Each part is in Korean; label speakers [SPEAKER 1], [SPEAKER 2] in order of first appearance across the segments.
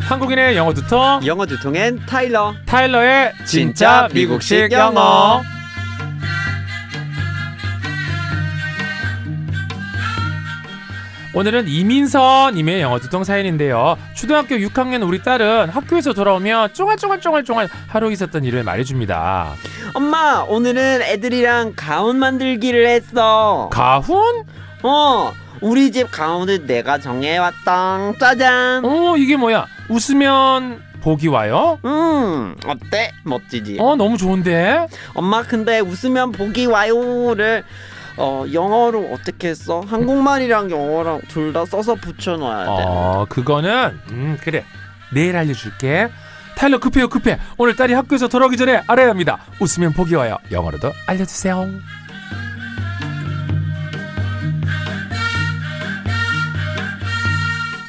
[SPEAKER 1] 한국인의 영어 두통
[SPEAKER 2] 영어 두통엔 타일러.
[SPEAKER 1] 타일러의 진짜 미국식 영어 오늘은 이민선님의 영어 두통 사연인데요. 초등학교 6학년 우리 딸은 학교에서 돌아오면 쫑알쫑알쫑알쫑알 하루 있었던 일을 말해줍니다.
[SPEAKER 2] 엄마, 오늘은 애들이랑 가운 만들기를 했어.
[SPEAKER 1] 가훈?
[SPEAKER 2] 어, 우리 집 가운을 내가 정해왔다. 짜잔.
[SPEAKER 1] 어 이게 뭐야? 웃으면 복이 와요?
[SPEAKER 2] 음, 어때? 멋지지.
[SPEAKER 1] 어 너무 좋은데?
[SPEAKER 2] 엄마, 근데 웃으면 복이 와요를 어, 영어로 어떻게 써? 한국말이랑 영어랑 둘 다 써서 붙여놔야 돼.
[SPEAKER 1] 어 그거는 음 그래 내일 알려줄게. 타일러 급해요 급해. 오늘 딸이 학교에서 돌아오기 전에 알아야 합니다. 웃으면 복이 와요. 영어로도 알려주세요.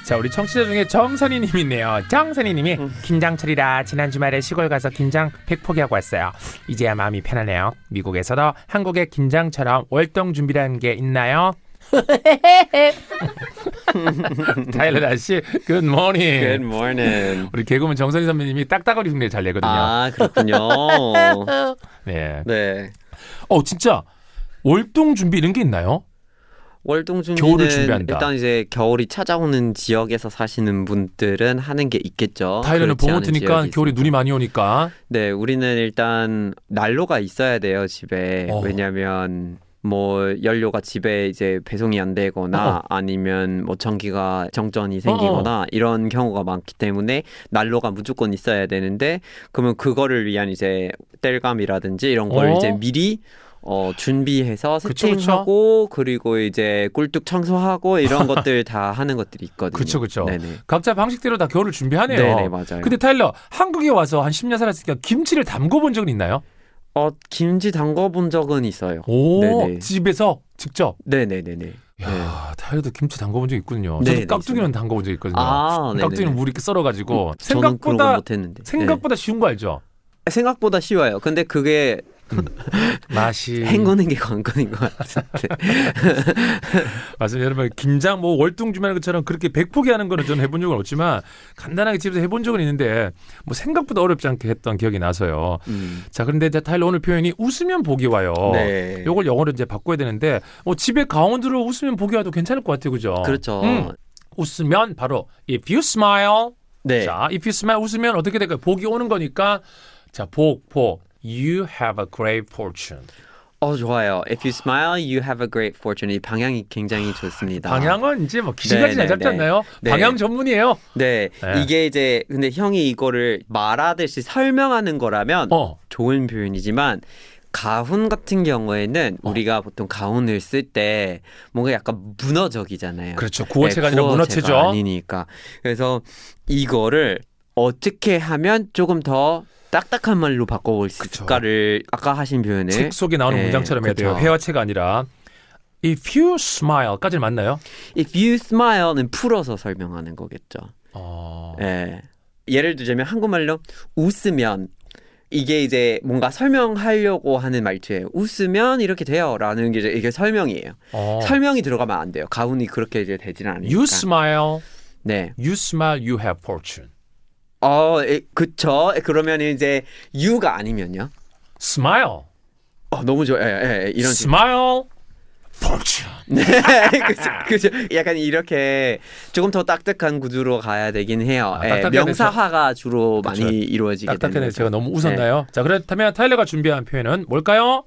[SPEAKER 1] 자 우리 청취자 중에 정선희님 있네요. 정선희님이
[SPEAKER 2] 음.
[SPEAKER 1] 김장철이라 지난 주말에 시골 가서 김장 백포기 하고 왔어요. 이제야 마음이 편하네요. 미국에서도 한국의 김장처럼 월동 준비라는 게 있나요? 타일러 다시 굿모닝.
[SPEAKER 2] Good morning.
[SPEAKER 1] 우리 개그맨 정선희 선배님이 딱따거리 흉내 잘 내거든요.
[SPEAKER 2] 아, 그렇군요.
[SPEAKER 1] 네.
[SPEAKER 2] 네.
[SPEAKER 1] 어 진짜 월동 준비 이런 게 있나요?
[SPEAKER 2] 월동 준비는
[SPEAKER 1] 겨울을 준비한다.
[SPEAKER 2] 일단 이제 겨울이 찾아오는 지역에서 사시는 분들은 하는 게 있겠죠.
[SPEAKER 1] 타일러는
[SPEAKER 2] 어, 그렇지 않은
[SPEAKER 1] 봄어트니까
[SPEAKER 2] 지역이
[SPEAKER 1] 겨울에
[SPEAKER 2] 있습니다.
[SPEAKER 1] 눈이 많이 오니까.
[SPEAKER 2] 네, 우리는 일단 난로가 있어야 돼요 집에.
[SPEAKER 1] 어.
[SPEAKER 2] 왜냐하면 뭐 연료가 집에 이제 배송이 안
[SPEAKER 1] 어,
[SPEAKER 2] 되거나 아니면 뭐 전기가 정전이 생기거나 이런 경우가 많기 때문에 난로가 무조건 있어야 되는데 그러면 그거를 위한 이제 뗄감이라든지 이런 걸
[SPEAKER 1] 어.
[SPEAKER 2] 이제 미리 어 준비해서
[SPEAKER 1] 그쵸, 그쵸.
[SPEAKER 2] 세팅하고 그리고 이제 꿀뚝 청소하고 이런 것들 다 하는 것들이 있거든요.
[SPEAKER 1] 그쵸, 그쵸.
[SPEAKER 2] 네네.
[SPEAKER 1] 각자 방식대로 다 겨울을 준비하네요.
[SPEAKER 2] 네네 맞아요.
[SPEAKER 1] 근데 타일러 한국에 와서 한 10년 살았으니까 김치를 담궈 본 적은 있나요?
[SPEAKER 2] 어 김치 담궈본 적은 있어요.
[SPEAKER 1] 오
[SPEAKER 2] 네네.
[SPEAKER 1] 집에서 직접.
[SPEAKER 2] 네네네네.
[SPEAKER 1] 야 타일러도 김치 담궈 본 적 있군요.
[SPEAKER 2] 네네,
[SPEAKER 1] 저도 깍두기는 담궈 본 적 있거든요.
[SPEAKER 2] 아, 네네네.
[SPEAKER 1] 깍두기는 물 이렇게 썰어가지고
[SPEAKER 2] 저는 그런 건
[SPEAKER 1] 생각보다
[SPEAKER 2] 못했는데.
[SPEAKER 1] 생각보다 쉬운 거 알죠?
[SPEAKER 2] 네. 생각보다 쉬워요. 근데 그게
[SPEAKER 1] 맛이
[SPEAKER 2] 헹구는 게 관건인 것 같은데.
[SPEAKER 1] 맞습니다. 여러분 김장 뭐 월동 주면 것처럼 그렇게 백포기 하는 거는 저는 해본 적은 없지만 간단하게 집에서 해본 적은 있는데 뭐 생각보다 어렵지 않게 했던 기억이 나서요.
[SPEAKER 2] 음.
[SPEAKER 1] 자 그런데 이제 타일러 오늘 표현이 웃으면 복이 와요.
[SPEAKER 2] 네.
[SPEAKER 1] 요걸 영어로 이제 바꿔야 되는데 뭐 집에 강원도로 웃으면 복이 와도 괜찮을 것 같아요, 그죠?
[SPEAKER 2] 그렇죠.
[SPEAKER 1] 음, 웃으면 바로 if you smile.
[SPEAKER 2] 네.
[SPEAKER 1] 자 if you smile 웃으면 어떻게 될까요? 복이 오는 거니까 자복 복. You have a great fortune.
[SPEAKER 2] 어 좋아요. If you smile, you have a great fortune. 이 방향이 굉장히 좋습니다.
[SPEAKER 1] 방향은 이제 뭐 기시같이 잘
[SPEAKER 2] 아. 네, 네,
[SPEAKER 1] 잡지
[SPEAKER 2] 네.
[SPEAKER 1] 않나요?
[SPEAKER 2] 네.
[SPEAKER 1] 방향 전문이에요.
[SPEAKER 2] 네.
[SPEAKER 1] 네.
[SPEAKER 2] 이게 이제 근데 형이 이거를 말하듯이 설명하는 거라면
[SPEAKER 1] 어.
[SPEAKER 2] 좋은 표현이지만 가훈 같은 경우에는 우리가 보통 가훈을 쓸 때 뭔가 약간 문어적이잖아요.
[SPEAKER 1] 그렇죠. 구어체가 아니라
[SPEAKER 2] 구어체가
[SPEAKER 1] 문어체죠.
[SPEAKER 2] 예. 네, 아니니까. 그래서 이거를 어떻게 하면 조금 더 딱딱한 말로 바꿔볼 수
[SPEAKER 1] 그쵸.
[SPEAKER 2] 있을까를 아까 하신 표현을
[SPEAKER 1] 책 속에 나오는
[SPEAKER 2] 네,
[SPEAKER 1] 문장처럼 해야 돼요.
[SPEAKER 2] 그렇죠.
[SPEAKER 1] 회화체가 아니라 If you smile까지 맞나요?
[SPEAKER 2] If you smile는 풀어서 설명하는 거겠죠.
[SPEAKER 1] 어...
[SPEAKER 2] 예. 예를 들자면 한국말로 웃으면 이게 이제 뭔가 설명하려고 하는 말투예요. 웃으면 이렇게 돼요라는 게 이제 이게 설명이에요.
[SPEAKER 1] 어.
[SPEAKER 2] 설명이 들어가면 안 돼요. 가훈이 그렇게 이제 되지는 않으니까.
[SPEAKER 1] You smile,
[SPEAKER 2] 네.
[SPEAKER 1] you smile, you have fortune.
[SPEAKER 2] 어, 에, 그쵸. 그러면 이제 you가 아니면요.
[SPEAKER 1] Smile,
[SPEAKER 2] 어, 너무 좋아요. 예, 예, 이런 식으로.
[SPEAKER 1] smile, fortune.
[SPEAKER 2] 네, 그죠, 그죠. 약간 이렇게 조금 더 딱딱한 구두로 가야 되긴 해요.
[SPEAKER 1] 아,
[SPEAKER 2] 예,
[SPEAKER 1] 딱딱해야
[SPEAKER 2] 명사화가 주로
[SPEAKER 1] 그쵸.
[SPEAKER 2] 많이 이루어지게 되는
[SPEAKER 1] 딱딱해서
[SPEAKER 2] 거죠. 예.
[SPEAKER 1] 제가 너무 웃었나요? 자 그렇다면 타일러가 준비한 표현은 뭘까요?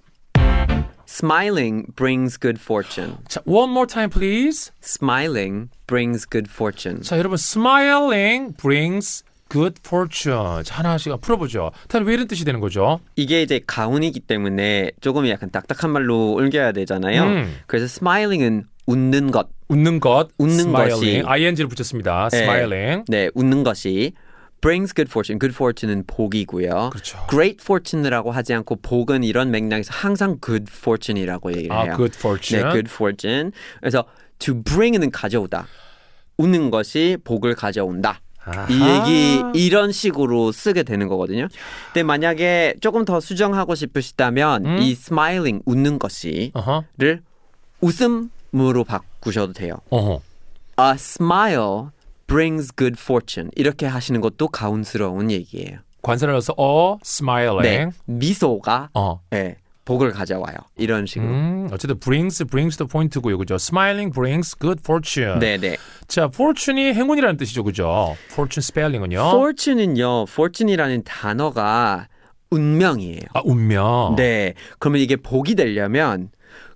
[SPEAKER 2] Smiling brings good fortune.
[SPEAKER 1] 자, one more time please.
[SPEAKER 2] Smiling brings good fortune.
[SPEAKER 1] 자 여러분, smiling brings good fortune. 자, 하나씩 풀어보죠. 타일러 왜 이런 뜻이 되는 거죠?
[SPEAKER 2] 이게 이제 가훈이기 때문에 조금 약간 딱딱한 말로 옮겨야 되잖아요.
[SPEAKER 1] 음.
[SPEAKER 2] 그래서 smiling은 웃는 것.
[SPEAKER 1] 웃는 것,
[SPEAKER 2] 웃는
[SPEAKER 1] smiling.
[SPEAKER 2] 것이.
[SPEAKER 1] ing를 붙였습니다.
[SPEAKER 2] 네.
[SPEAKER 1] smiling.
[SPEAKER 2] 네, 웃는 것이 brings good fortune. good fortune은 복이고요.
[SPEAKER 1] 그렇죠.
[SPEAKER 2] great fortune이라고 하지 않고 복은 이런 맥락에서 항상 good fortune이라고 얘기를
[SPEAKER 1] 아,
[SPEAKER 2] 해요.
[SPEAKER 1] good fortune.
[SPEAKER 2] 네, good fortune. 그래서 to bring는 가져오다. 웃는 것이 복을 가져온다. 이 얘기 이런 식으로 쓰게 되는 거거든요. 근데 만약에 조금 더 수정하고 싶으시다면
[SPEAKER 1] 음?
[SPEAKER 2] 이 smiling 웃는 것이를
[SPEAKER 1] 어허.
[SPEAKER 2] 웃음으로 바꾸셔도 돼요.
[SPEAKER 1] 어허.
[SPEAKER 2] A smile brings good fortune 이렇게 하시는 것도 가운스러운 얘기예요.
[SPEAKER 1] 관사를 넣어서 어, smiling.
[SPEAKER 2] 네, 미소가
[SPEAKER 1] 어.
[SPEAKER 2] 예, 복을 가져와요. 이런 식으로.
[SPEAKER 1] 음, 어쨌든 brings brings도 포인트고요, 그죠? Smiling brings good fortune.
[SPEAKER 2] 네, 네.
[SPEAKER 1] 자, fortune이 행운이라는 뜻이죠, 그죠? Fortune spelling은요.
[SPEAKER 2] fortune은요. fortune이라는 단어가 운명이에요.
[SPEAKER 1] 아, 운명.
[SPEAKER 2] 네. 그러면 이게 복이 되려면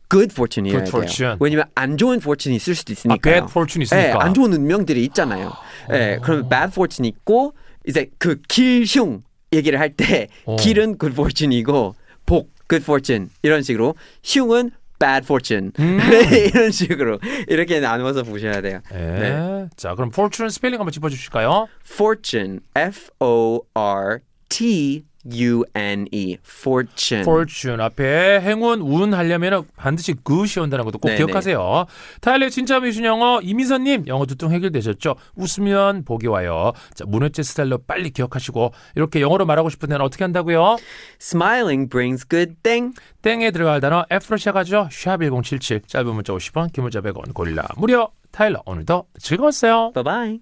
[SPEAKER 2] good fortune이어야
[SPEAKER 1] Good
[SPEAKER 2] 돼요.
[SPEAKER 1] fortune.
[SPEAKER 2] 왜냐면 안 좋은 fortune이 있을 수도
[SPEAKER 1] 아,
[SPEAKER 2] 있으니까요.
[SPEAKER 1] bad fortune
[SPEAKER 2] 예,
[SPEAKER 1] 있으니까.
[SPEAKER 2] 안 좋은 운명들이 있잖아요. 예, 그러면 bad fortune 있고 이제 그 길흉 얘기를 할 때
[SPEAKER 1] 어.
[SPEAKER 2] 길은 good fortune이고 복 good fortune 이런 식으로 흉은 bad fortune
[SPEAKER 1] 음.
[SPEAKER 2] 네, 이런 식으로 이렇게 나누어서 보셔야 돼요.
[SPEAKER 1] 예. 자, 그럼 fortune 스펠링 한번 짚어 주실까요?
[SPEAKER 2] fortune f o r t u n e fortune
[SPEAKER 1] fortune 앞에 행운, 운 하려면 반드시 good이 온다는 것도 꼭
[SPEAKER 2] 네,
[SPEAKER 1] 기억하세요. 타일러 진짜 미신 영어 이민선 님, 영어 두통 해결되셨죠? 웃으면 복이 와요. 자, 문어째 스타일로 빨리 기억하시고 이렇게 영어로 말하고 싶은 데는 어떻게 한다고요?
[SPEAKER 2] smiling brings good thing
[SPEAKER 1] 땡에 들어갈 단어 F로 시작하죠. 샵1077 짧은 문자 50원 긴 문자 100원 고릴라 무료 타일러 오늘도 즐거웠어요.
[SPEAKER 2] bye bye